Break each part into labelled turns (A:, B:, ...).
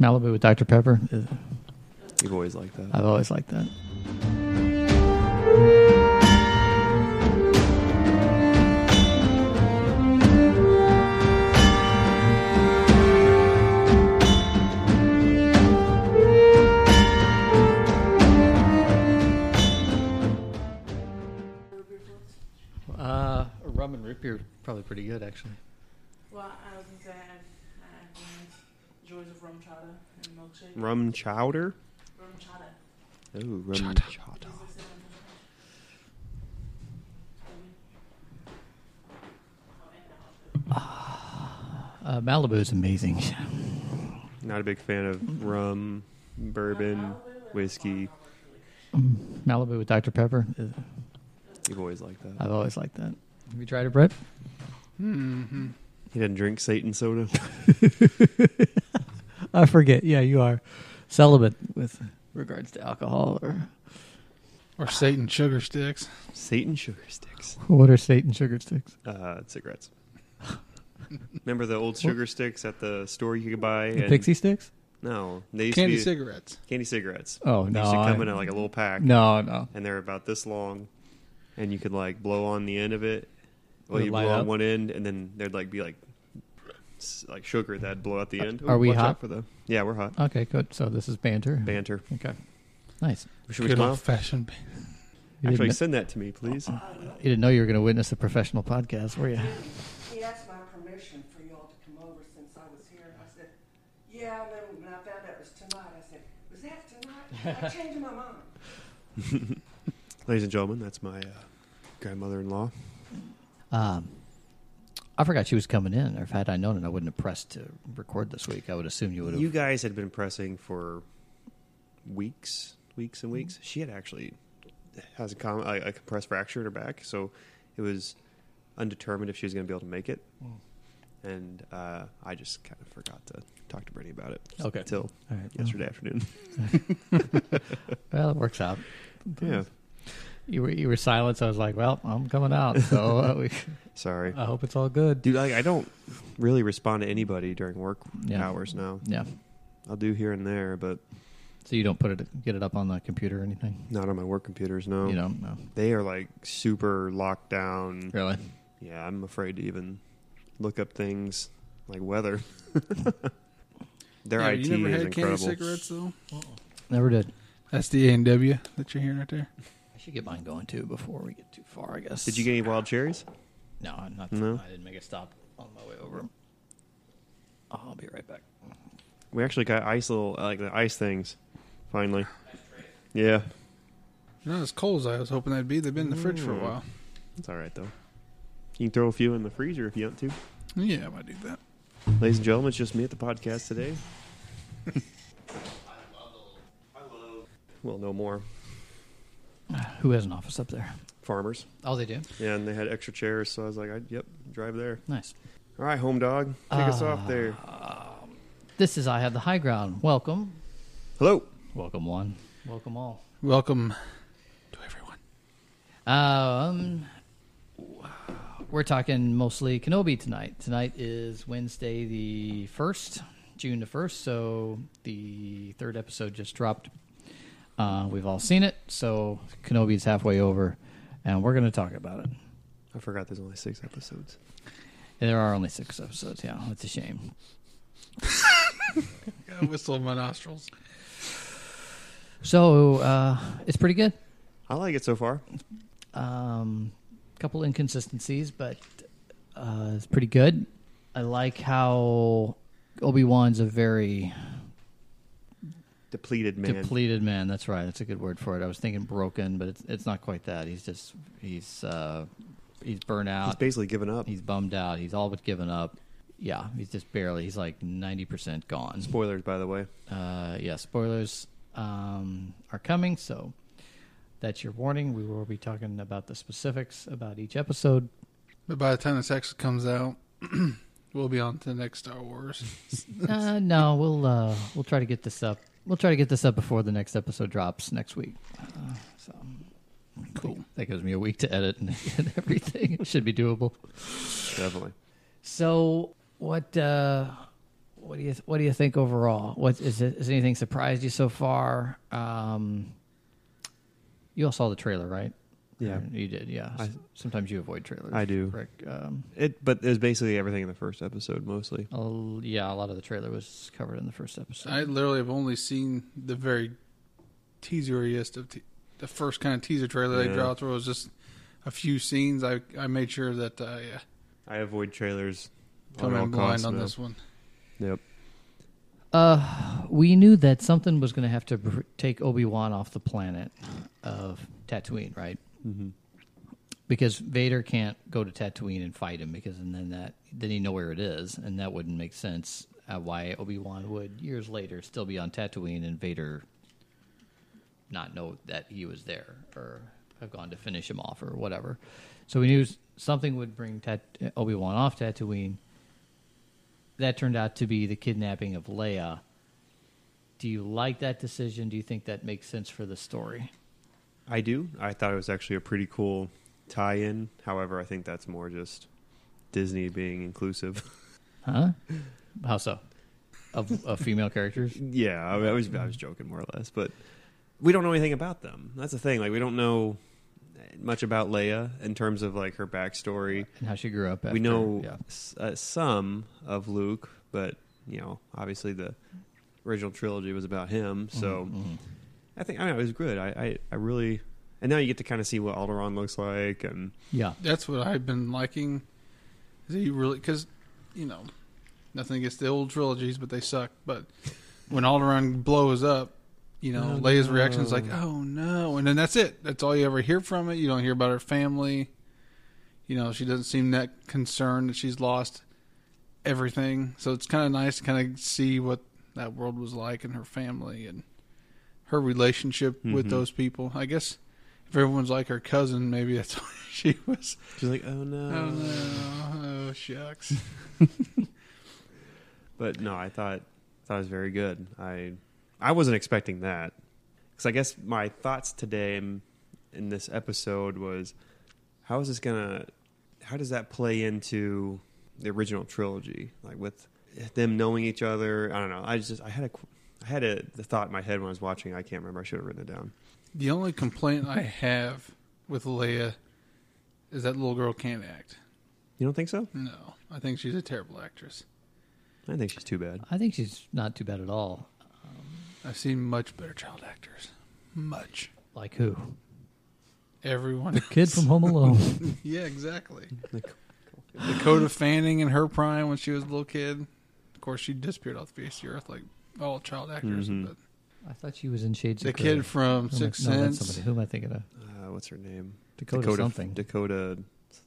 A: Malibu with Dr. Pepper.
B: You've always liked that.
A: I've always liked that. Uh, a rum and root beer, probably pretty good actually.
C: Well, I was gonna say I have, I have uh, joys of rum chata and milkshake.
B: Rum chowder?
C: Rum chata.
B: Oh, rum
A: Chowder.
B: chowder.
C: Is this in-
A: Uh, Malibu is amazing.
B: Not a big fan of rum, bourbon, whiskey.
A: Malibu with Dr. Pepper.
B: You've always liked that.
A: I've always liked that. Have you tried it, Brett?
B: He doesn't drink Satan soda.
A: I forget. Yeah, you are celibate with regards to alcohol or
D: Or Satan sugar sticks.
B: Satan sugar sticks.
A: what are Satan sugar sticks?
B: Uh, cigarettes. Remember the old sugar sticks at the store you could buy?
A: The
B: and-
A: pixie sticks?
B: No, they used
D: Candy
B: to be
D: cigarettes.
B: candy cigarettes.
A: Oh,
B: they
A: no,
B: used to come
A: I-
B: in a, like a little pack.
A: No, no.
B: and they're about this long, and you could like blow on the end of it. Well,
A: Would it
B: you
A: light
B: blow
A: up?
B: on one end, and then there'd like be like s- like sugar that'd blow out the end.
A: Are we
B: watch out
A: hot?
B: for the? Yeah, we're hot.
A: Okay, good. So this is banter.
B: Banter.
A: Okay, nice.
B: Should we
D: Good
B: smile?
D: old fashioned.
A: You
B: Actually,
A: didn't,
B: send that to me, please.
A: you didn't know you were going to witness a professional podcast, were you?
C: He asked my permission for y'all to come over since I was here. I said, yeah, and then when I found out it was tonight, I said, was that tonight? I changed my mind.
B: Ladies and gentlemen, that's my uh, grandmother-in-law.
A: Um, I forgot she was coming in. Or if had I known it, I wouldn't have pressed to record this week. I would assume you would have.
B: You guys had been pressing for weeks, weeks and
A: Mm-hmm.
B: weeks. She had actually has a, com- a, a compressed fracture in her back, so it was undetermined if she was going to be able to make it.
A: Mm.
B: And uh, I just kind of forgot to talk to Brittany about it.
A: Okay. Mm.
B: Till
A: All right, well.
B: yesterday afternoon.
A: Well, it works out.
B: yeah.
A: You were you were silent, so I was like, "Well, I'm coming out." So uh, we,
B: Sorry.
A: I hope it's all good.
B: Dude, I, I don't really respond to anybody during work
A: Yeah.
B: hours now.
A: Yeah.
B: I'll do here and there, but
A: So you don't put it get it up on the computer or anything.
B: not on my work computers, no.
A: You don't. No.
B: They are like super locked down.
A: Really?
B: Yeah, I'm afraid to even look up things like weather. Their
D: Yeah,
B: IT
D: you never
B: is
D: had
B: incredible.
D: candy cigarettes though.
A: Never did.
D: That's the A and W that you're hearing right there.
A: I should get mine going too before we get too far. I guess.
B: Did you get any wild cherries?
A: No, I'm not.
B: No?
A: I didn't make a stop on my way over. I'll be right back.
B: We actually got ice little uh, like the ice things. Finally. Yeah,
D: They're Not as cold as I was hoping they'd be. They've been in the fridge for a
B: Mm.
D: while.
B: it's all right though. You can throw a few in the freezer if you want to.
D: Yeah, I might do that.
B: Ladies and gentlemen, it's just me at the podcast today. Well, no more
A: Who has an office up there?
B: farmers.
A: Oh, they do.
B: Yeah, and they had extra chairs, so I was like, I, "Yep, drive there."
A: Nice.
B: All right, home dog, take us off there.
D: Ah.
A: This is I have the high ground. Welcome,
B: Hello.
A: welcome one, welcome all.
D: Welcome to everyone.
A: Um, we're talking mostly Kenobi tonight. Tonight is Wednesday the first, June the first. So the third episode just dropped. Uh, we've all seen it. So Kenobi's halfway over, and we're going to talk about it.
B: I forgot there's only six episodes.
A: There are only six episodes. Yeah, it's a shame.
D: Got a whistle in my nostrils.
A: So uh, it's pretty good.
B: I like it so far.
A: um, couple inconsistencies, but uh, it's pretty good. I like how Obi Wan's a very
B: Depleted man.
A: depleted man. That's right. That's a good word for it. I was thinking broken, but it's it's not quite that. He's just he's uh, he's burnt
B: He's
A: out. He's,
B: basically given up.
A: bummed out. He's all but given up. Yeah, he's just barely. He's like ninety percent gone.
B: Spoilers, by the way.
A: Uh, yeah, spoilers um, are coming, so that's your warning. We will be talking about the specifics about each episode.
D: But by the time this actually comes out, we'll be on to the next Star Wars.
A: uh, no, we'll uh, we'll try to get this up. We'll try to get this up before the next episode drops next week. Uh, so cool. That gives me a week to edit and, and everything. It should be doable.
B: Definitely.
A: So what uh, what do you What do you think overall? What is it? Has anything surprised you so far? Um, you all saw the trailer, right?
B: Yeah.
A: you did. Yeah.
B: I-
A: Sometimes you avoid trailers.
B: I do.
A: Correct. Um,
B: It, but it was basically everything in the first episode mostly.
A: a- yeah, a lot of the trailer was covered in the first episode.
D: I literally have only seen the very teaseriest of te- the first kind of teaser trailer
B: Yeah.
D: they dropped, where it was just a few scenes. I I made sure that uh, yeah,
B: I avoid trailers. at
D: come
B: all
D: in blind
B: costs
D: on
B: now.
D: this one.
B: Yep.
A: Uh, we knew that something was going to have to br- take Obi Wan off the planet of Tatooine, right?
B: Mhm.
A: Because Vader can't go to Tatooine and fight him because, and then that then he know where it is, and that wouldn't make sense. Uh, why Obi Wan would years later still be on Tatooine and Vader not know that he was there or have gone to finish him off or whatever. So we knew s- something would bring Tat- Obi Wan off Tatooine. That turned out to be the kidnapping of Leia. Do you like that decision? Do you think that makes sense for the story?
B: I do. I thought it was actually a pretty cool tie-in. However, I think that's more just Disney being inclusive.
A: Huh? How so? Of, of female characters?
B: yeah, I, I was I was joking more or less, but we don't know anything about them. That's the thing. Like we don't know much about Leia in terms of like her backstory.
A: And how she grew up. After,
B: we know
A: Yeah.
B: s- uh, some of Luke, but you know, obviously the original trilogy was about him. So I think I don't know it was good. I, I I really and now you get to kind of see what Alderaan looks like and
A: Yeah.
D: That's what I've been liking. Is he really? Because you know, nothing against the old trilogies, but they suck. But when Alderaan blows up, you know,
B: Oh,
D: Leia's reaction is
B: no.
D: like, "Oh no!" And then that's it. That's all you ever hear from it. You don't hear about her family. You know, she doesn't seem that concerned that she's lost everything. So it's kind of nice to kind of see what that world was like and her family and her relationship with
B: Mhm.
D: those people. I guess if everyone's like her cousin, maybe that's why she was.
B: she's like, oh no.
D: Oh, no. oh shucks.
B: But no, I thought thought it was very good. I I wasn't expecting that because I guess my thoughts today in, in this episode was how is this gonna how does that play into the original trilogy like with them knowing each other? I don't know. I just I had a qu- I had a the thought in my head when I was watching. I can't remember. I should have written it down.
D: The only complaint I have with Leia is that little girl can't act.
B: You don't think so?
D: No, I think she's a terrible actress.
B: I think she's too bad.
A: I think she's not too bad at all.
D: I've seen much better child actors. Much.
A: Like who?
D: Everyone.
A: Kid from Home Alone.
D: yeah, exactly.
B: Nic- Uh,
D: Dakota Fanning in her prime when she was a little kid. Of course, she disappeared off the face of the earth like all child actors.
B: Mhm.
D: But
A: I thought she was in Shades
D: the
A: of Grey.
D: kid
A: Who
D: from
A: am I-
D: Six
A: no, that's
D: Sense.
A: somebody. Who am I thinking of?
B: Uh, what's her name?
A: Dakota something.
B: Dakota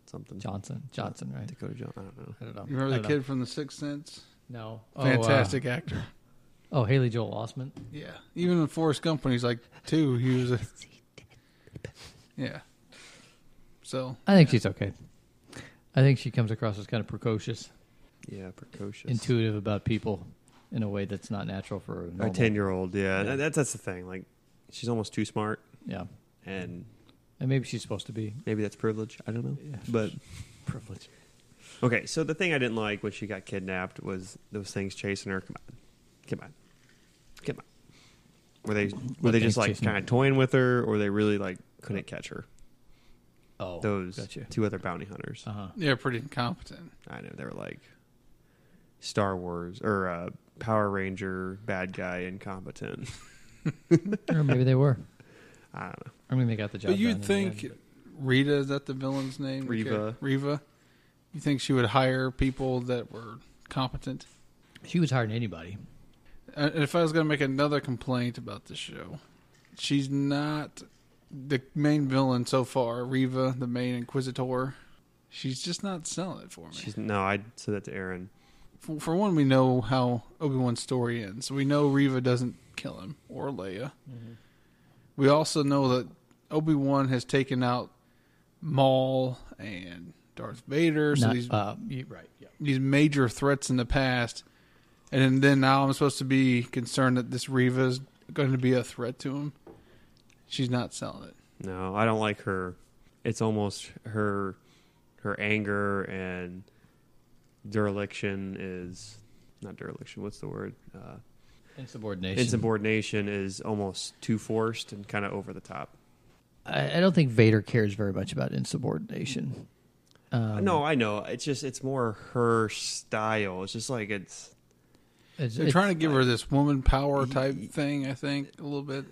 B: something.
A: Johnson. Johnson, right?
B: Dakota John. I don't know.
A: I don't know.
D: You
A: I
D: remember the
A: don't
D: kid from The Sixth Sense?
A: know.
D: Oh,
A: No.
D: Fantastic actor.
A: Oh, uh, oh, Haley Joel Osment.
D: Yeah. Even in Forrest Gump when he's like two, he was a Yeah. So
A: I think she's okay. I think she comes across as kind of precocious,
B: Yeah, precocious.
A: intuitive about people in a way that's not natural for a
B: A
A: normal.
B: ten year old, yeah.
A: Yeah.
B: That's that's the thing. Like, she's almost too smart,
A: Yeah,
B: and
A: and maybe she's supposed to be
B: maybe that's privilege. I don't know.
A: Yeah.
B: But
A: privileged.
B: okay, so the thing I didn't like when she got kidnapped was those things chasing her. Come on, come on, come on. Were they were
A: What
B: they
A: things
B: just like
A: chasing her?
B: kind of toying with her, or they really like couldn't catch her?
A: Oh,
B: Those
A: Gotcha.
B: two other bounty hunters.
A: Uh huh.
D: they're pretty incompetent.
B: I know they were like Star Wars or uh, Power Ranger bad guy
A: Oh,
B: incompetent.
A: or maybe they were.
B: I don't know.
A: I mean, they got the job.
D: but you'd
A: done in the
D: think
A: end,
D: Rita is that the villain's name? The
B: Reva.
D: character- Reva. You think she would hire people that were competent?
A: but she was hiring anybody.
D: Uh, And if I was going to make another complaint about the show, she's not the main villain so far. Reva, the main inquisitor, she's just not selling it for me.
B: She's no. I said that to Aaron.
D: for, for one, we know how Obi Wan's story ends. We know Reva doesn't kill him or Leia.
A: Mm-hmm.
D: We also know that Obi Wan has taken out Maul and Darth Vader, so
A: Not-
D: these
A: uh, you- right. Yeah.
D: these major threats in the past, and then now I'm supposed to be concerned that this Reva is going to be a threat to him. She's not selling it.
B: No, I don't like her. It's almost her her anger and dereliction is not dereliction. What's the word? Uh,
A: Insubordination.
B: insubordination is almost too forced and kind of over the top.
A: I, I don't think Vader cares very much about insubordination. Um,
B: no, I know. It's just it's more her style. It's just like it's
A: it's,
D: They're
A: it's-
D: trying to give her this woman power type thing, I think, a little bit.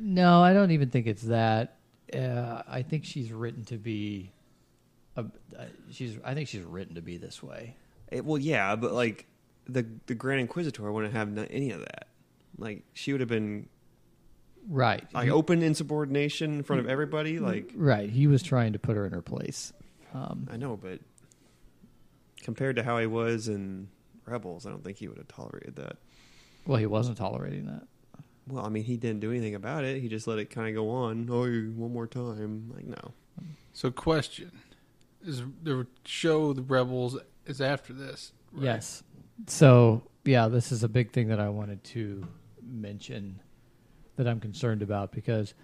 A: No, I don't even think it's that. Uh, I think she's written to be. A, uh, she's. I think she's written to be this way.
B: it, well, yeah, but like the the Grand Inquisitor wouldn't have no- any of that. Like she would have been
A: Right.
B: like open insubordination in front of everybody. Like
A: right. He was trying to put her in her place. Um,
B: I know, but compared to how he was in Rebels, I don't think he would have tolerated that.
A: well, he wasn't tolerating that.
B: Well, I mean, he didn't do anything about it. He just let it kind of go on. Oh, you- one more time. Like no,
D: So, question is the show The Rebels is after this? right?
A: Yes. So yeah, this is a big thing that I wanted to mention that I'm concerned about because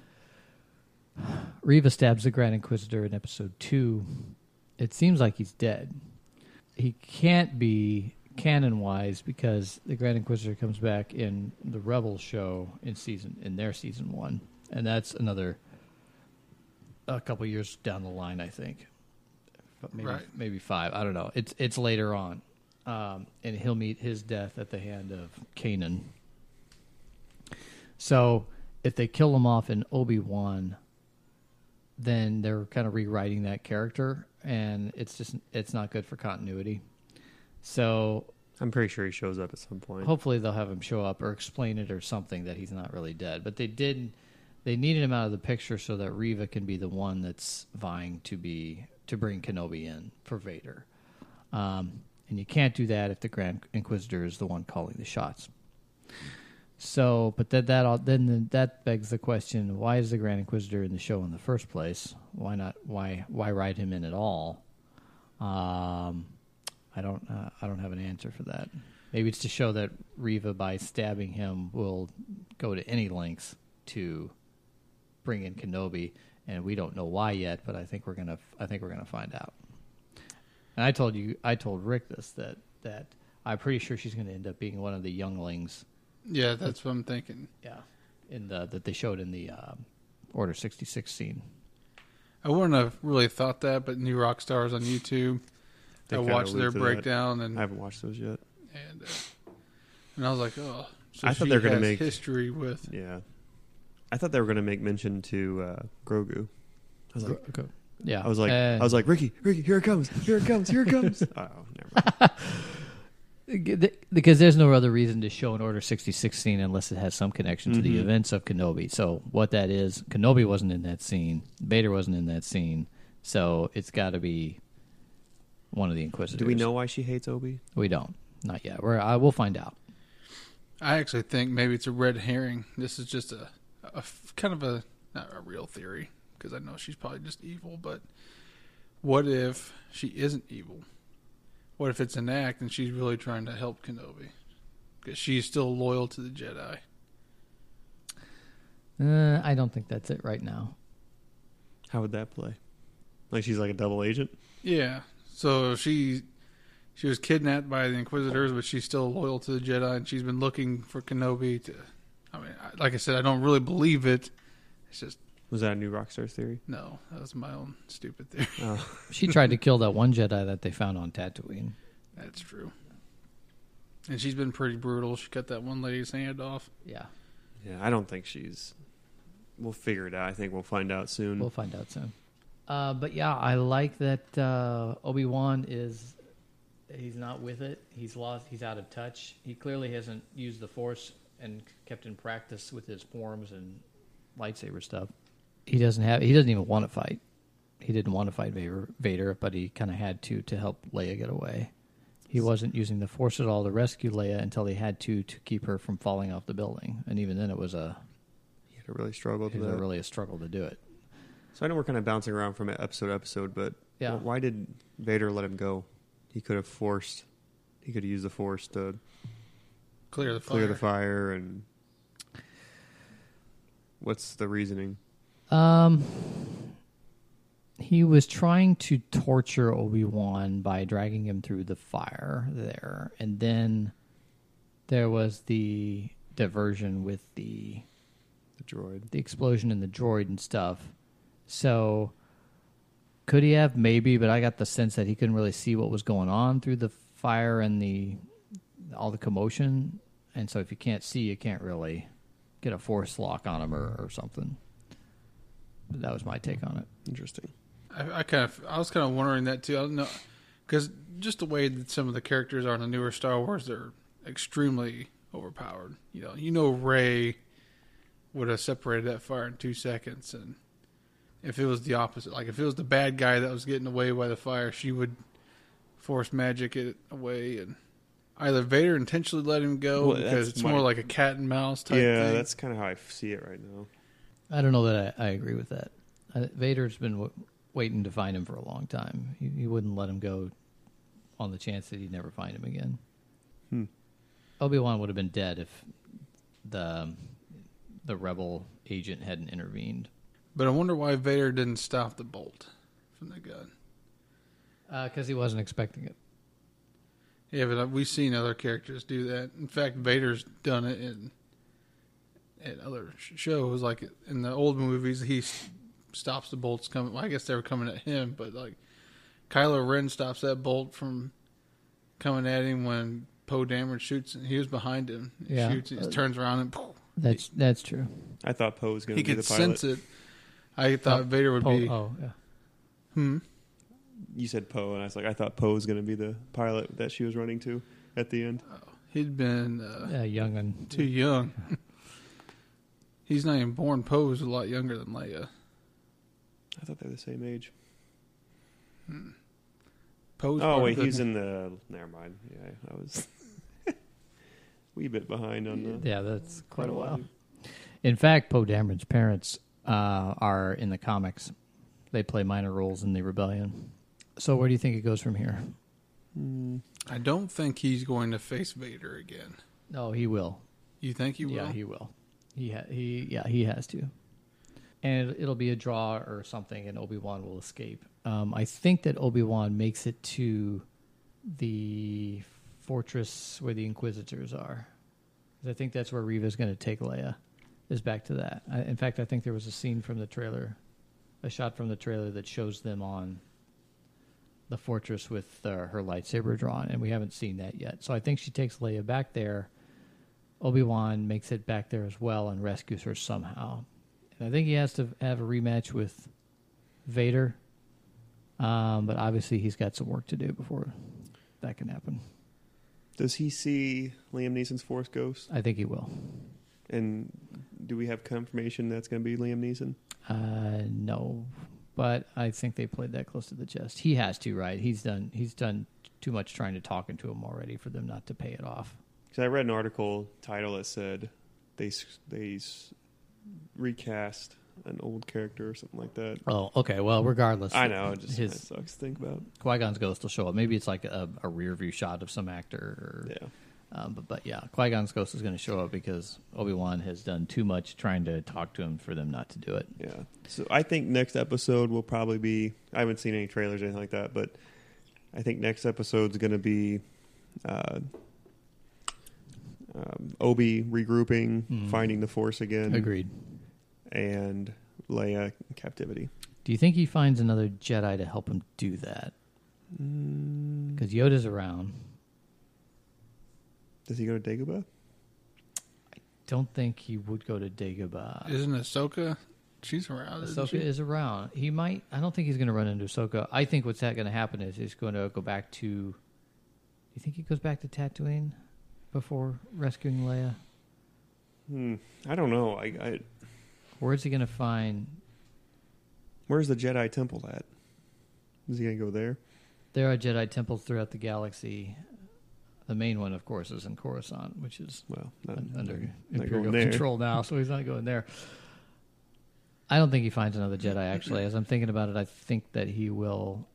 A: Reva stabs the Grand Inquisitor in episode two. It seems like he's dead. He can't be canon wise because the Grand Inquisitor comes back in the Rebel show in season in their season one. And that's another a couple years down the line, I think. But maybe
D: Right.
A: maybe five. I don't know. It's it's later on. Um, and he'll meet his death at the hand of Kanan. So if they kill him off in Obi Wan, then they're kind of rewriting that character, and it's just it's not good for continuity. So
B: I'm pretty sure he shows up at some point.
A: hopefully they'll have him show up or explain it or something that he's not really dead. But they did they needed him out of the picture so that Riva can be the one that's vying to be to bring Kenobi in for Vader. Um, and you can't do that if the Grand Inquisitor is the one calling the shots. So, but that that all, then the, that begs the question: Why is the Grand Inquisitor in the show in the first place? Why not? Why why write him in at all? Um, I don't uh, I don't have an answer for that. Maybe it's to show that Riva, by stabbing him, will go to any lengths to bring in Kenobi, and we don't know why yet. But I think we're gonna I think we're gonna find out. And I told you I told Rick this that that I'm pretty sure she's gonna end up being one of the younglings.
D: Yeah, that's what I'm thinking.
A: Yeah, in the that they showed in the um, Order sixty six scene.
D: I wouldn't have really thought that, but New Rock Stars on YouTube,
B: They
D: I
B: kinda
D: watched their
B: allude to that.
D: breakdown and
B: I haven't watched those yet.
D: and uh, and I was like, oh, so
B: I
D: she
B: thought they were gonna
D: has
B: make-
D: history with
B: Yeah, I thought they were going to make mention to uh, Grogu. I was like,
A: Yeah,
B: I was like,
A: and-
B: I was like, Ricky, Ricky, here it comes, here it comes, here it comes. oh, never mind.
A: because there's no other reason to show an Order 66 scene unless it has some connection to
B: Mm-hmm.
A: the events of Kenobi. So what that is, Kenobi wasn't in that scene, Vader wasn't in that scene, so it's got to be one of the Inquisitors.
B: Do we know why she hates Obi?
A: We don't. Not yet. We're, I, we'll find out.
D: I actually think maybe it's a red herring. This is just a, a f- kind of a not a real theory because I know she's probably just evil. But what if she isn't evil? What if it's an act and she's really trying to help Kenobi because she's still loyal to the Jedi?
A: Uh, I don't think that's it right now.
B: How would that play? Like she's like a double agent.
D: Yeah. So she she was kidnapped by the Inquisitors, but she's still loyal to the Jedi, and she's been looking for Kenobi to. I mean, I- like I said, I don't really believe it. It's just
B: Was that a new Rockstar's theory?
D: no. That was my own stupid theory.
B: Oh,
A: She tried to kill that one Jedi that they found on Tatooine.
D: That's true. And she's been pretty brutal. She cut that one lady's hand off.
A: Yeah,
B: yeah. I don't think she's. We'll figure it out. I think we'll find out soon.
A: we'll find out soon. Uh, but yeah, I like that uh, Obi Wan is he's not with it. He's lost. He's out of touch. He clearly hasn't used the Force and kept in practice with his forms and lightsaber stuff. He doesn't have. He doesn't even want to fight. He didn't want to fight Vader, Vader but he kind of had to to help Leia get away. He wasn't using the Force at all to rescue Leia until he had to to keep her from falling off the building, and even then, it was a
B: You had to really struggle
A: it
B: with
A: was
B: that.
A: a really a struggle to do it.
B: so I know we're kind of bouncing around from episode to episode, but
A: Yeah.
B: wh- why did Vader let him go? He could have forced. He could have used the force to
D: Clear the fire.
B: clear the fire and. What's the reasoning?
A: Um, he was trying to torture Obi Wan by dragging him through the fire there, and then There was the diversion with the
B: The droid.
A: the explosion in the droid and stuff. So could he have maybe, but I got the sense that he couldn't really see what was going on through the fire and the all the commotion. And so if you can't see, you can't really get a force lock on him or, or something. But that was my take on it.
B: Interesting.
D: I, I kind of, I was kind of wondering that too. I don't know, because just the way that some of the characters are in the newer Star Wars, they're extremely overpowered. You know, you know, Ray would have separated that fire in two seconds, and if it was the opposite, like if it was the bad guy that was getting away by the fire, she would force magic it away, and either Vader intentionally let him go
B: Well,
D: because
B: that's
D: it's
B: my-
D: more like a cat and mouse type.
B: yeah,
D: thing.
B: that's kind of how I f- see it right now.
A: I don't know that I, I agree with that. Uh, Vader's been w- waiting to find him for a long time. He, he wouldn't let him go on the chance that he'd never find him again.
D: Hmm.
A: Obi Wan would have been dead if the the rebel agent hadn't intervened.
D: But I wonder why Vader didn't stop the bolt from the gun.
A: Because Uh, he wasn't expecting it.
D: Yeah, but uh, we've seen other characters do that. In fact, Vader's done it in at other sh- shows. Like in the old movies, he s- stops the bolts coming. Well, I guess they were coming at him, but like Kylo Ren stops that bolt from coming at him when Poe Dameron shoots. And he was behind him. He
A: Yeah.
D: shoots. He turns around and poof,
A: That's that's true.
B: I thought Poe was going
D: he
B: to be
D: could
B: the pilot.
D: sense it. I thought
A: Oh,
D: Vader would
A: Poe-
D: be.
A: oh yeah.
D: Hmm.
B: You said Poe, and I was like, I thought Poe was going to be the pilot that she was running to at the end.
D: He'd been uh,
A: yeah, young and
D: too young. He's not even born. Poe was a lot younger than Leia.
B: I thought they were the same age.
D: Poe's part
B: Oh
D: of
B: wait,
D: the-
B: he's in the. Never mind. Yeah, I was wee bit behind on the.
A: yeah. That's quite a while.
B: chronology.
A: In fact, Poe Dameron's parents uh, are in the comics. They play minor roles in the rebellion. So where do you think it goes from here?
B: Mm,
D: I don't think he's going to face Vader again.
A: No, Oh, he will.
D: You think he will?
A: Yeah, he will. He ha- he yeah he has to. And it- it'll be a draw or something, and Obi Wan will escape. Um, I think that Obi Wan makes it to the fortress where the Inquisitors are. 'Cause I think that's where Reva's going to take Leia. Is back to that. I, in fact, I think there was a scene from the trailer, a shot from the trailer that shows them on the fortress with uh, her lightsaber drawn, and we haven't seen that yet. So I think she takes Leia back there. Obi Wan makes it back there as well and rescues her somehow. And I think he has to have a rematch with Vader. Um, but obviously, he's got some work to do before that can happen.
B: Does he see Liam Neeson's Force Ghost?
A: I think he will.
B: And do we have confirmation that's going to be Liam Neeson?
A: Uh, no, but I think they played that close to the chest. He has to, right? He's done. He's done too much trying to talk into him already for them not to pay it off.
B: Because I read an article title that said they s- they s- recast an old character or something like that.
A: Oh, okay. Well, regardless,
B: I know, it just kinda
A: his
B: sucks to think about.
A: Qui Gon's ghost will show up. Maybe it's like a, a rear view shot of some actor. Or,
B: Yeah,
A: Um, but, but yeah, Qui Gon's ghost is going to show up because Obi Wan has done too much trying to talk to him for them not to do it.
B: yeah. So I think next episode will probably be. I haven't seen any trailers or anything like that, but I think next episode's going to be uh, um, Obi regrouping,
A: Mhm.
B: finding the Force again,
A: Agreed.
B: and Leia in captivity.
A: Do you think he finds another Jedi to help him do that?
B: Mm,
A: Because Yoda's around.
B: Does he go to Dagobah?
A: Don't think he would go to Dagobah.
D: Isn't Ahsoka? She's around. Isn't
A: Ahsoka
D: she?
A: is around. He might. I don't think he's going to run into Ahsoka. I think what's going to happen is he's going to go back to. Do you think he goes back to Tatooine before rescuing Leia?
B: Hmm. I don't know. I, I
A: Where is he going to find?
B: Where's the Jedi Temple at? Is he gonna go there?
A: There are Jedi temples throughout the galaxy. The main one, of course, is in Coruscant, which is
B: Well, not,
A: un- under
B: Uh, not
A: Imperial
B: going there.
A: control now, so he's not going there. I don't think he finds another Jedi, actually. As I'm thinking about it, I think that he will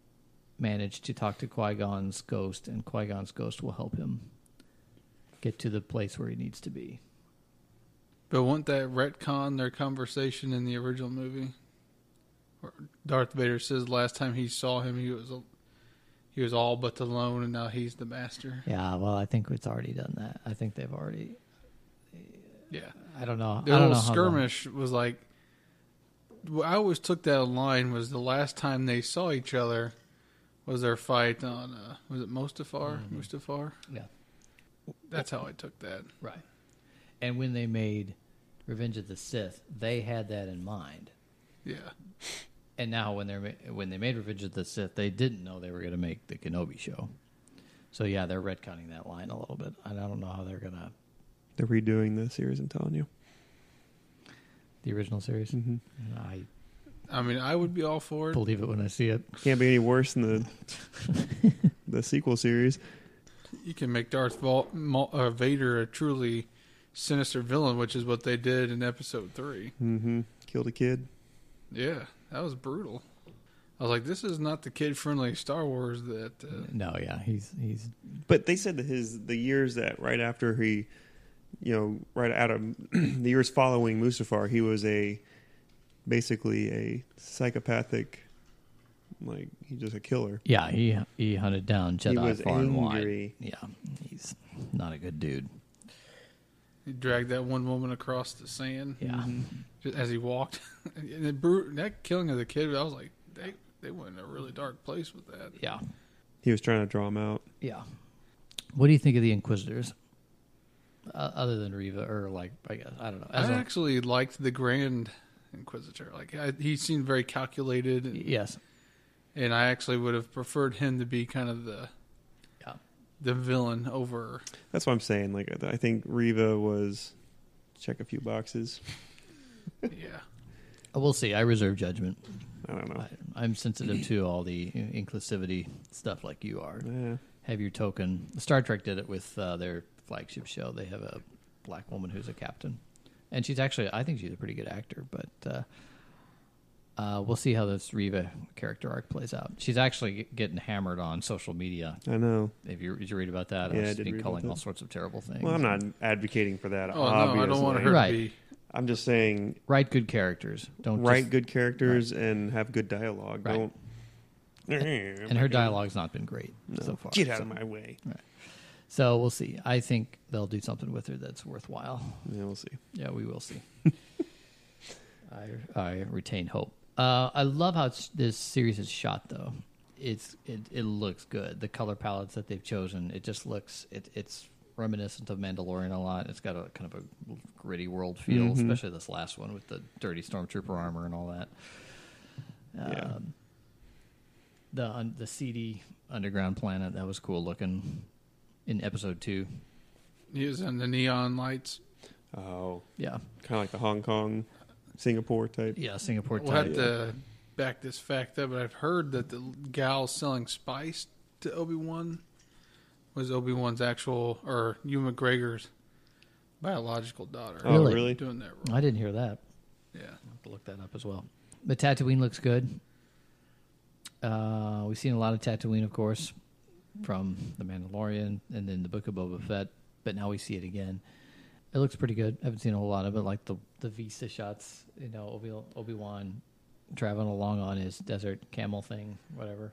A: manage to talk to Qui Gon's ghost, and Qui Gon's ghost will help him get to the place where he needs to be.
D: But won't that retcon their conversation in the original movie? Where Darth Vader says last time he saw him, he was a, he he was all but the lone, and now he's the master.
A: Yeah, well, I think it's already done that. I think they've already.
D: Yeah.
A: I don't know.
D: The
A: I don't
D: whole
A: know how long.
D: skirmish was like. what I always took that line was the last time they saw each other was their fight on uh, was it Mustafar?
A: Mm-hmm.
D: Mustafar.
A: Yeah.
D: That's how I took that.
A: Right. And when they made Revenge of the Sith, they had that in mind.
D: Yeah.
A: And now when they are when they made Revenge of the Sith, they didn't know they were going to make the Kenobi show. So yeah, they're retconning that line a little bit. And I don't know how they're going to
B: They're redoing the series. I'm telling you.
A: the original series.
B: Mhm.
A: I
D: I mean, I would be all for it.
A: believe it when I see it.
B: Can't be any worse than the the sequel series.
D: You can make Darth Val- Mal- uh, Vader a truly sinister villain, which is what they did in Episode Three.
B: Mm-hmm. Killed a kid.
D: Yeah, that was brutal. I was like, this is not the kid-friendly Star Wars that. Uh,
A: No, yeah, he's he's
B: But they said that his the years that right after he, you know, right out of the years following Mustafar, he was a basically a psychopathic, like he's just a killer.
A: yeah, he he hunted down Jedi
B: was
A: far and wide.
B: angry.
A: Yeah, he's not a good dude.
D: he dragged that one woman across the sand
A: Yeah.
D: ju- as he walked, and it bru- that killing of the kid. I was like, they they went in a really dark place with that.
A: Yeah.
B: He was trying to draw him out.
A: Yeah. What do you think of the Inquisitors? Uh, other than Reva, or like, I guess, I don't know. As
D: I
A: a-
D: actually liked the Grand Inquisitor. Like, I, he seemed very calculated. And,
A: yes.
D: and I actually would have preferred him to be kind of the
A: Yeah.
D: the villain over.
B: That's what I'm saying. Like I think Riva was check a few boxes.
D: yeah,
A: Uh, We'll see. I reserve judgment.
B: I don't know.
A: I, I'm sensitive to all the inclusivity stuff like you are.
B: yeah.
A: Have your token. Star Trek did it with uh, their flagship show. They have a black woman who's a captain. And she's actually, I think she's a pretty good actor, but uh, uh, we'll see how this Reva character arc plays out. She's actually getting hammered on social media
B: I know.
A: If you did you read about that?
B: Yeah, I
A: was
B: did
A: being
B: read
A: calling
B: about
A: all
B: that.
A: sorts of terrible things.
B: Well, I'm not advocating for that.
D: Oh no, I
B: obviously.
D: don't want her
A: Right.
D: to be.
B: I'm just saying
A: Write good characters. Don't
B: write
A: just-
B: good characters and have good dialogue.
A: Right.
B: Don't.
A: And her dialogue's not been great so far.
B: Get out
A: so,
B: of my way.
A: so we'll see. I think they'll do something with her that's worthwhile.
B: Yeah, we'll see.
A: Yeah, we will see. I I retain hope. Uh, I love how it's, this series is shot though. It's it, it looks good. The color palettes that they've chosen, it just looks it, it's reminiscent of Mandalorian a lot. It's got a kind of a gritty world feel, especially this last one with the dirty stormtrooper armor and all that. Um,
B: yeah.
A: the un- the seedy underground planet that was cool looking in episode two.
D: Using the neon lights.
B: Oh,
A: Yeah,
B: kind of like the Hong Kong, Singapore type.
A: yeah, Singapore
D: We'll have
A: type.
D: to back this fact up, but I've heard that the gal selling spice to Obi Wan was Obi Wan's actual or Hugh McGregor's biological daughter.
B: Oh,
A: Really?
B: really?
D: Doing that wrong.
A: I didn't hear that.
D: Yeah.
A: I'll have to look that up as well. The Tatooine looks good. Uh, we've seen a lot of Tatooine, of course, from The Mandalorian and then the Book of Boba Fett, but now we see it again. It looks pretty good. I haven't seen a whole lot of it, like the the vista shots. You know, Obi Obi Wan traveling along on his desert camel thing, whatever.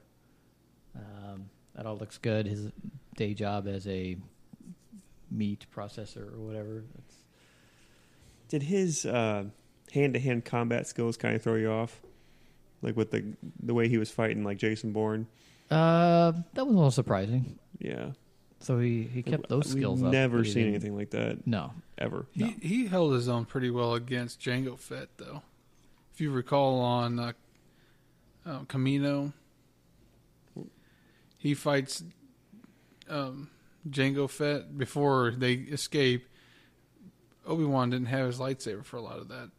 A: Um, that all looks good. His day job as a meat processor or whatever. That's,
B: Did his hand to hand combat skills kind of throw you off? Like with the the way he was fighting, like Jason Bourne.
A: uh, that was a little surprising.
B: Yeah.
A: So he, he kept those
B: We've
A: skills up.
B: Never
A: but he
B: seen
A: didn't-
B: anything like that
A: No.
B: ever.
D: He, he held his own pretty well against Django Fett, though. If you recall on uh, uh, Camino, he fights um, Django Fett before they escape. Obi Wan didn't have his lightsaber for a lot of that,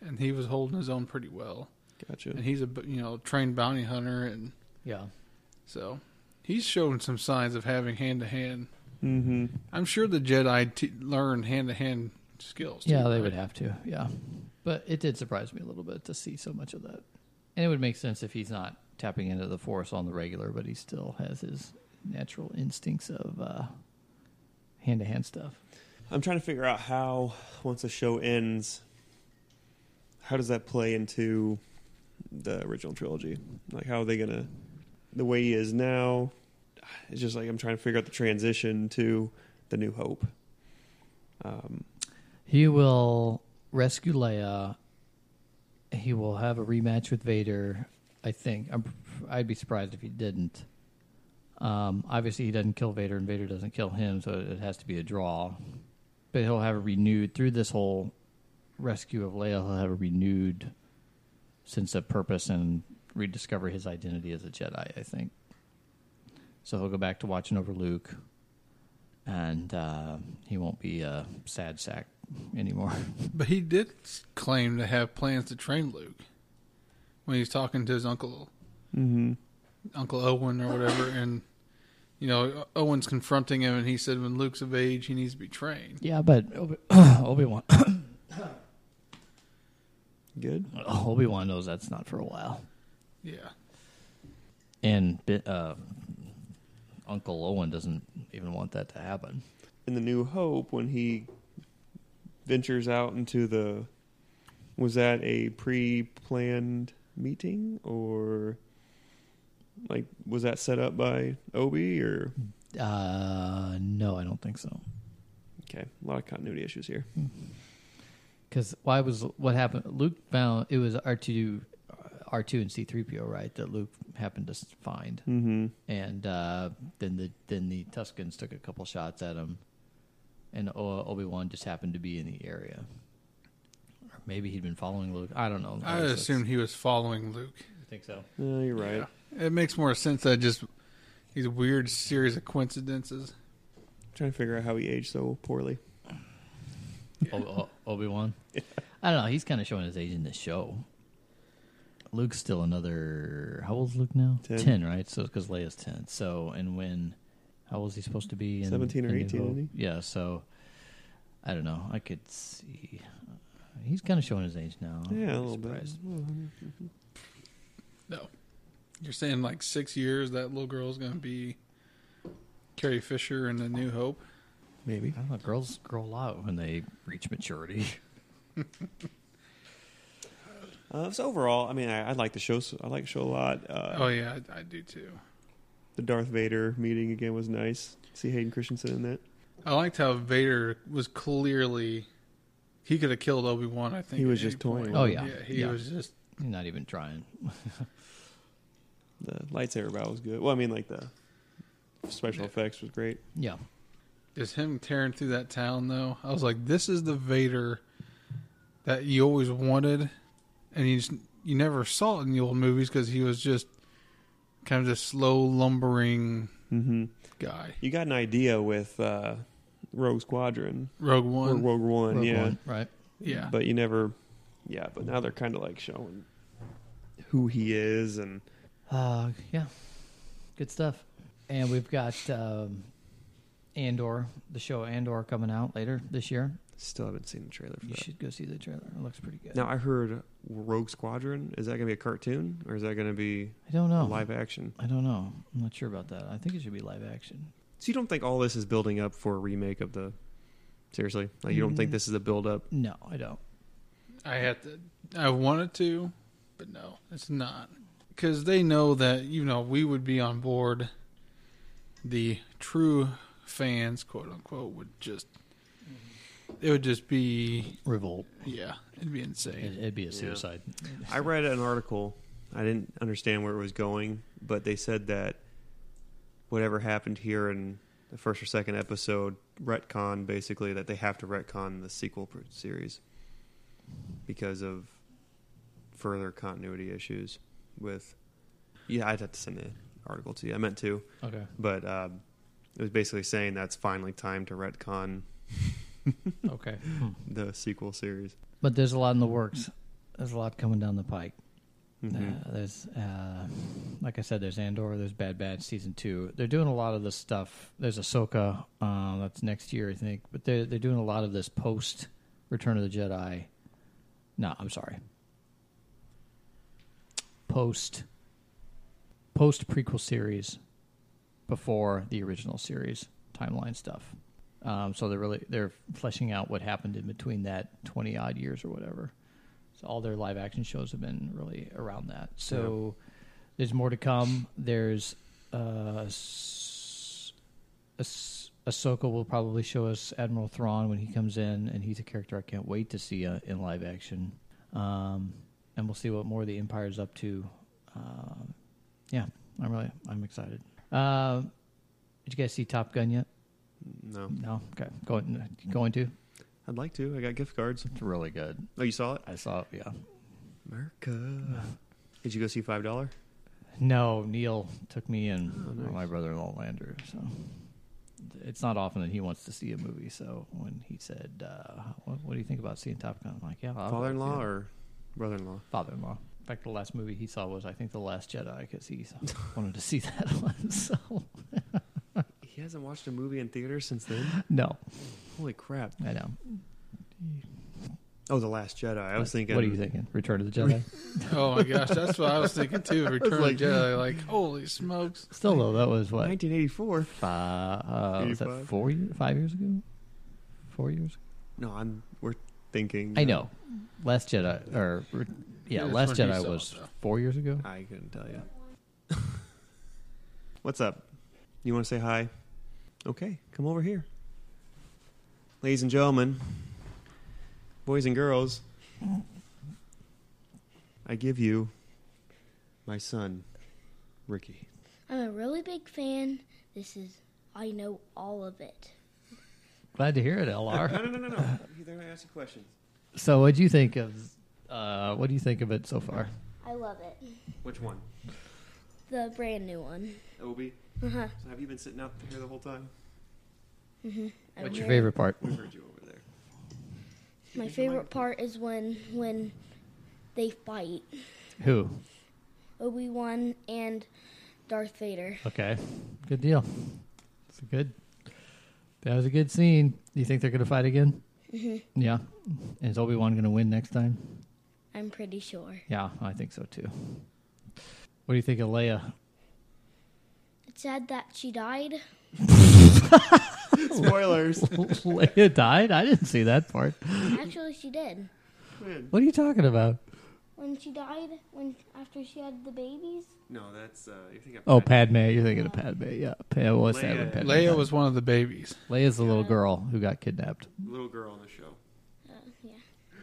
D: and he was holding his own pretty well.
B: Gotcha.
D: And he's a you know trained bounty hunter, and
A: Yeah.
D: so he's showing some signs of having hand to hand.
B: Mm-hmm.
D: I'm sure the Jedi t- learn hand to hand skills. too,
A: Yeah, they
D: right?
A: would have to. Yeah. But it did surprise me a little bit to see so much of that. And it would make sense if he's not tapping into the force on the regular, but he still has his natural instincts of uh, hand-to-hand stuff.
B: I'm trying to figure out how once a show ends, how does that play into the original trilogy? Like, how are they gonna the way he is now it's just like I'm trying to figure out the transition to the New Hope. Um,
A: He will rescue Leia. He will have a rematch with Vader. I think I'm, I'd be surprised if he didn't. Um, obviously, he doesn't kill Vader, and Vader doesn't kill him, so it has to be a draw. But he'll have a renewed through this whole rescue of Leia. He'll have a renewed sense of purpose and rediscover his identity as a Jedi. I think. So he'll go back to watching over Luke, and uh, he won't be a sad sack anymore.
D: But he did s- claim to have plans to train Luke when he's talking to his uncle,
B: mm-hmm.
D: Uncle Owen or whatever, and you know Owen's confronting him, and he said when Luke's of age, he needs to be trained.
A: Yeah, but Obi Obi Wan
B: Good.
A: Obi Wan knows that's not for a while.
D: Yeah,
A: And Bi- uh, Uncle Owen doesn't even want that to happen.
B: in the New Hope when he ventures out into the was that a pre-planned meeting or like was that set up by Obi or
A: Uh, no, I don't think so.
B: okay a lot of continuity issues here
A: Because why was what happened? Luke found it was R two, R two and C three PO, right? That Luke happened to s- find,
B: mm-hmm
A: and uh, then the then the Tuscans took a couple shots at him, and Obi Wan just happened to be in the area. Or maybe he'd been following Luke. I don't know.
D: I
A: That's-
D: assumed he was following Luke.
A: I think so.
B: no Uh, you're right
D: It makes more sense that just these weird series of coincidences.
B: trying to figure out how he aged so poorly
A: Obi Wan. I don't know. He's kind of showing his age in the show. Luke's still another. How old's Luke now?
B: Ten.
A: right? So because Leia's ten. So and when, how old is he supposed to be? In,
B: 17 or
A: in New
B: 18,
A: Hope?
B: isn't
A: Yeah. So I don't know. I could see. He's kind of showing his age now. I'm
B: yeah a
A: not
B: little bit
A: Oh,
B: Mm,
A: surprised.
D: No, you're saying like six years that little girl's going to be Carrie Fisher in the New Hope.
B: maybe
A: I don't know. Girls grow out when they reach maturity.
B: uh, so overall I mean I, I like the show so- I like the show a lot uh,
D: Oh yeah, I, I do too.
B: the Darth Vader meeting again was nice see Hayden Christensen in that
D: I liked how Vader was clearly he could have killed Obi Wan. I think
B: He was
D: at any
B: just toying
D: point.
A: with him. Oh, yeah.
D: he
A: Yeah.
D: was just
A: He's not even trying.
B: the lightsaber battle was good well I mean like the special
D: Yeah.
B: effects was great
A: Yeah.
D: just him tearing through that town. Though I was like, this is the Vader that you always wanted, and you just you never saw it in the old movies because he was just kind of this slow lumbering
B: mm-hmm
D: guy.
B: You got an idea with uh, Rogue Squadron
D: Rogue
B: or
D: One,
B: Rogue One,
A: Rogue
B: yeah.
A: One, right.
D: yeah,
B: But you never, yeah. But now they're kind of like showing who he is, and
A: Uh, yeah, good stuff. And we've got um, Andor, the show Andor, coming out later this year.
B: still haven't seen the trailer for
A: You
B: that.
A: should go see the trailer. It looks pretty good.
B: Now I heard Rogue Squadron. Is that gonna be a cartoon or is that gonna be
A: I don't know.
B: live action?
A: I don't know. I'm not sure about that. I think it should be live action.
B: So you don't think all this is building up for a remake of the? Seriously, like you don't think this is a build up?
A: No, I don't.
D: I had to. I wanted to, but no, it's not. Because they know that you know we would be on board. The true fans, quote unquote, would just. It would just be
A: Revolt.
D: yeah, it'd be insane.
A: It, would be a suicide.
B: I read an article. I didn't understand where it was going, but they said that whatever happened here in the first or second episode, retcon basically that they have to retcon the sequel pr- series because of further continuity issues. With yeah, I'd have to send the article to you. I meant to,
A: Okay.
B: but um, it was basically saying that's finally time to retcon
A: Okay.
B: the sequel series.
A: But there's a lot in the works. There's a lot coming down the pike.
B: Mhm.
A: Uh, there's, uh, like I said, there's Andor, there's Bad Batch season two. They're doing a lot of this stuff. There's Ahsoka, uh, that's next year, I think. But they're they're doing a lot of this post Return of the Jedi. No, I'm sorry. Post post prequel series, before the original series timeline stuff. Um, so they're really they're fleshing out what happened in between that twenty odd years or whatever. So all their live action shows have been really around that. So there's more to come. There's uh, s- Ahs- Ahsoka will probably show us Admiral Thrawn when he comes in, and he's a character I can't wait to see uh, in live action. Um, and we'll see what more the Empire's up to. Um yeah, I'm really I'm excited. Um did you guys see Top Gun yet?
B: No,
A: No. Okay, going going to.
B: I'd like to. I got gift cards.
A: It's really good.
B: Oh, you saw it?
A: I saw it. Yeah.
B: America. Did you go see Five Dollar?
A: No, Neil took me and
B: Oh, nice.
A: my brother-in-law Lander. So it's not often that he wants to see a movie. So when he said, uh, what, "What do you think about seeing Top Gun?" I'm like, "Yeah, I'll go
B: Father-in-law
A: see it."
B: or brother-in-law?
A: father-in-law." In fact, the last movie he saw was, I think, The Last Jedi, because he wanted to see that one. So
B: He hasn't watched a movie in theater since then.
A: no,
B: Holy crap!
A: I know.
B: Oh, The Last Jedi. I was thinking.
A: What are you thinking? Return of the Jedi.
D: Oh my gosh, that's what I was thinking too. Return
B: like-
D: of the Jedi. Like, holy smokes!
A: Still though, that was what
B: 1984.
A: five? Uh, was that
B: 85?
A: four? Year, five years ago? Four years?
B: No, I'm. We're thinking.
A: I know. Last Jedi, or re- yeah,
D: Yeah, that's
A: Last
D: when he
A: Jedi
D: saw
A: was
D: it, though.
A: four years ago.
B: I couldn't tell you. What's up? You want to say hi? Okay, come over here. Ladies and gentlemen, boys and girls, I give you my son, Ricky.
E: I'm a really big fan. This is, I know all of it.
A: Glad to hear it, LR.
B: No, no, no, no, no. They're going to ask you questions.
A: so, what do you think of? Uh, what do you think of it so far?
E: I love it.
B: Which one?
E: The brand new one.
B: Obi?
E: Uh-huh.
B: So have you been sitting out here the whole time?
E: I
A: What's
E: don't
A: your
E: know.
A: favorite part?
B: We heard you over there.
E: My favorite part is when when they fight
A: Who?
E: Obi Wan and Darth Vader.
A: Okay, good deal. It's a good. That was a good scene. Do you think they're gonna fight again? Mm-hmm. Yeah. Is Obi Wan gonna win next time?
E: I'm pretty sure
A: Yeah, I think so too. What do you think of Leia?
E: it's sad that she died.
B: Spoilers.
A: Leia died. I didn't see that part.
E: Actually, she did.
A: What are you talking about?
E: When she died, when after she had the babies,
B: no, that's. Uh, you think
A: Oh, Padme. You're thinking of Padme. Yeah, Padme was sad when
B: Leia.
A: Padme.
D: Leia
A: died.
D: was one of the babies.
A: Leia's the little girl who got kidnapped.
B: little girl on the show.
E: uh, yeah,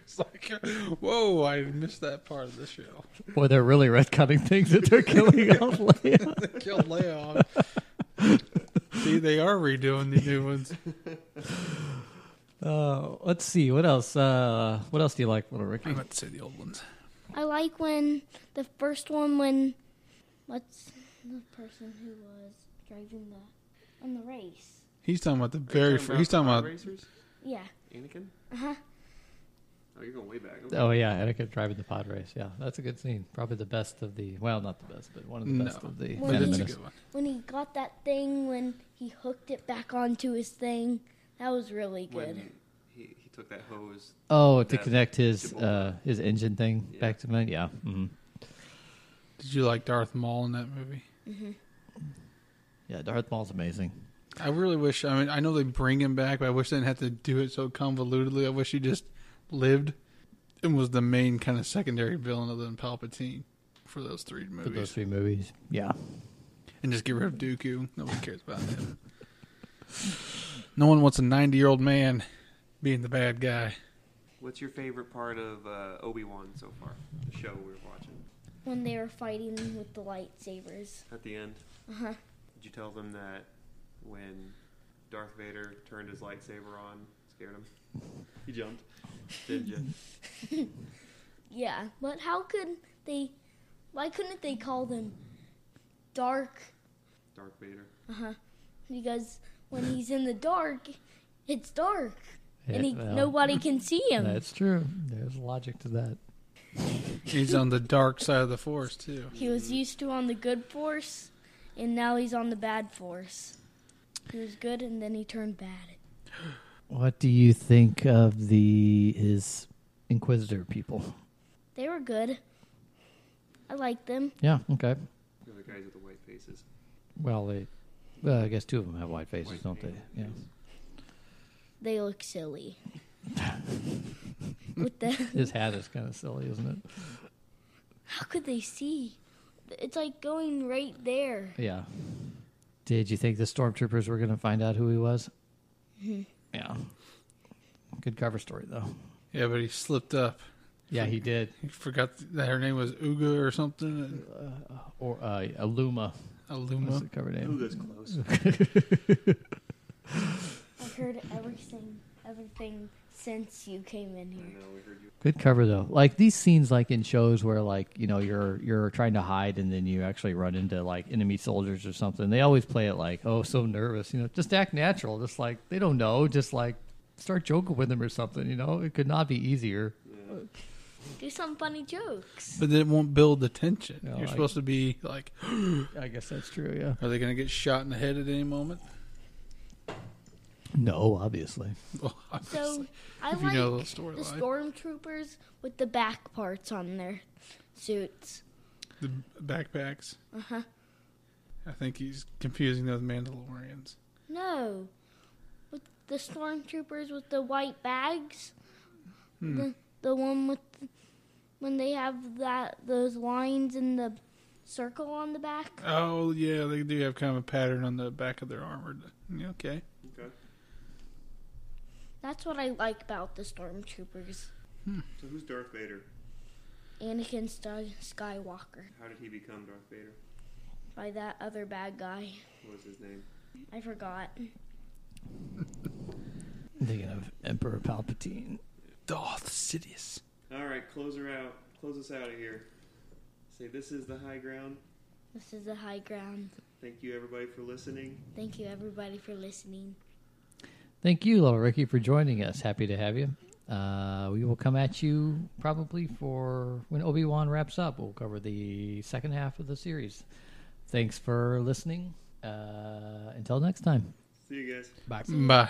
D: It's like, whoa! I missed that part of the show.
A: Boy, they're really retconning things that they're killing off Leia.
D: Killed Leia. off. See, they are redoing the new ones.
A: Uh, let's see what else. Uh, what else do you like, Little Ricky?
D: I meant to say the old ones.
E: I like when the first one when what's the person who was driving the on the race?
D: He's talking about the very. first. he's talking about
B: Racers?
E: Yeah.
B: Anakin?
E: Uh-huh.
B: Oh, you're going way back.
A: Oh yeah, Anakin driving the pod race. Yeah, that's a good scene. Probably the best of the. Well, not the best, but one of the
D: No.
A: best of the.
E: Well,
A: Phantom
D: Yeah, that's a
A: Menace.
D: good one.
E: When he got that thing when he hooked it back onto his thing, that was really good.
B: When he, he took that hose.
A: Oh, to
B: That-
A: connect his
B: Jabal.
A: uh, his engine thing
B: Yeah.
A: back to mine. Yeah. hmm
D: Did you like Darth Maul in that movie?
A: Yeah, Darth Maul's amazing.
D: I really wish. I mean, I know they bring him back, but I wish they didn't have to do it so convolutedly. I wish he just lived and was the main kind of secondary villain other than Palpatine for those three movies,
A: For those three movies. Yeah.
D: and just get rid of Dooku. No one cares about him. no one wants a ninety-year-old man being the bad guy.
B: What's your favorite part of uh, Obi Wan so far? The show we were watching
E: When they were fighting with the lightsabers.
B: at the end.
E: Uh-huh.
B: Did you tell them that when Darth Vader turned his lightsaber on, scared him? He jumped. Did you?
E: Yeah, but how could they why couldn't they call them dark
B: Darth Vader.
E: because when he's in the dark, it's dark
A: Yeah,
E: and he,
A: well,
E: nobody can see him.
A: That's true. There's logic to that.
D: He's on the dark side of the force too.
E: He was used to on the good force, and now he's on the bad force. He was good, and then he turned bad.
A: What do you think of the his Inquisitor people?
E: They were good. I liked them.
A: Yeah. Okay.
B: The other guys with the white faces.
A: Well, they. Well, I guess two of them have white faces,
B: White
A: don't
B: face.
A: they? Yeah.
E: They look silly. With the
A: His hat is kind of silly, isn't
E: how could they see? It's like going right there.
A: it? Yeah. Did you think the stormtroopers were going to find out who he was? yeah. Good cover story, though.
D: Yeah, but he slipped up.
A: Yeah, he did.
D: He forgot that her name was Uga or something.
A: Or uh, Aluma was
D: Aluma.
A: the cover name.
B: Ooh, that's close.
E: I've heard everything, everything since you came in here.
A: Good cover though. Like these scenes, like in shows where like you know you're you're trying to hide and then you actually run into like enemy soldiers or something. They always play it like oh so nervous, you know. Just act natural. Just like they don't know. Just like start joking with them or something. You know, it could not be easier.
E: Do some funny jokes.
D: But it won't build the tension.
A: No,
D: You're
A: I-
D: supposed to be like,
A: I guess that's true. Yeah.
D: are they going to get shot in the head at any moment?
A: No, obviously.
D: Well, obviously,
E: So I
D: if you know
E: like
D: the
E: the
D: storyline,
E: stormtroopers with the back parts on their suits.
D: the backpacks. Uh I think he's confusing those Mandalorians.
E: No, with the stormtroopers with the white bags. The the one with when they have that those lines in the circle on the back.
D: Oh yeah, they do have kind of a pattern on the back of their armor. Yeah, okay.
B: Okay.
E: That's what I like about the stormtroopers.
B: So who's Darth Vader?
E: Anakin Sty- Skywalker
B: How did he become Darth Vader?
E: by that other bad guy.
B: What was his name?
E: I forgot.
A: I'm thinking of Emperor Palpatine.
D: Darth Sidious.
B: All right, close her out. Close us out of here. Say this is the high ground.
E: This is the high ground.
B: Thank you everybody for listening.
E: Thank you everybody for listening.
A: Thank you, Little Ricky, for joining us. Happy to have you. Uh, we will come at you probably for when Obi Wan wraps up. We'll cover the second half of the series. Thanks for listening. Uh, until next time.
B: See you guys.
A: Bye.
D: Bye.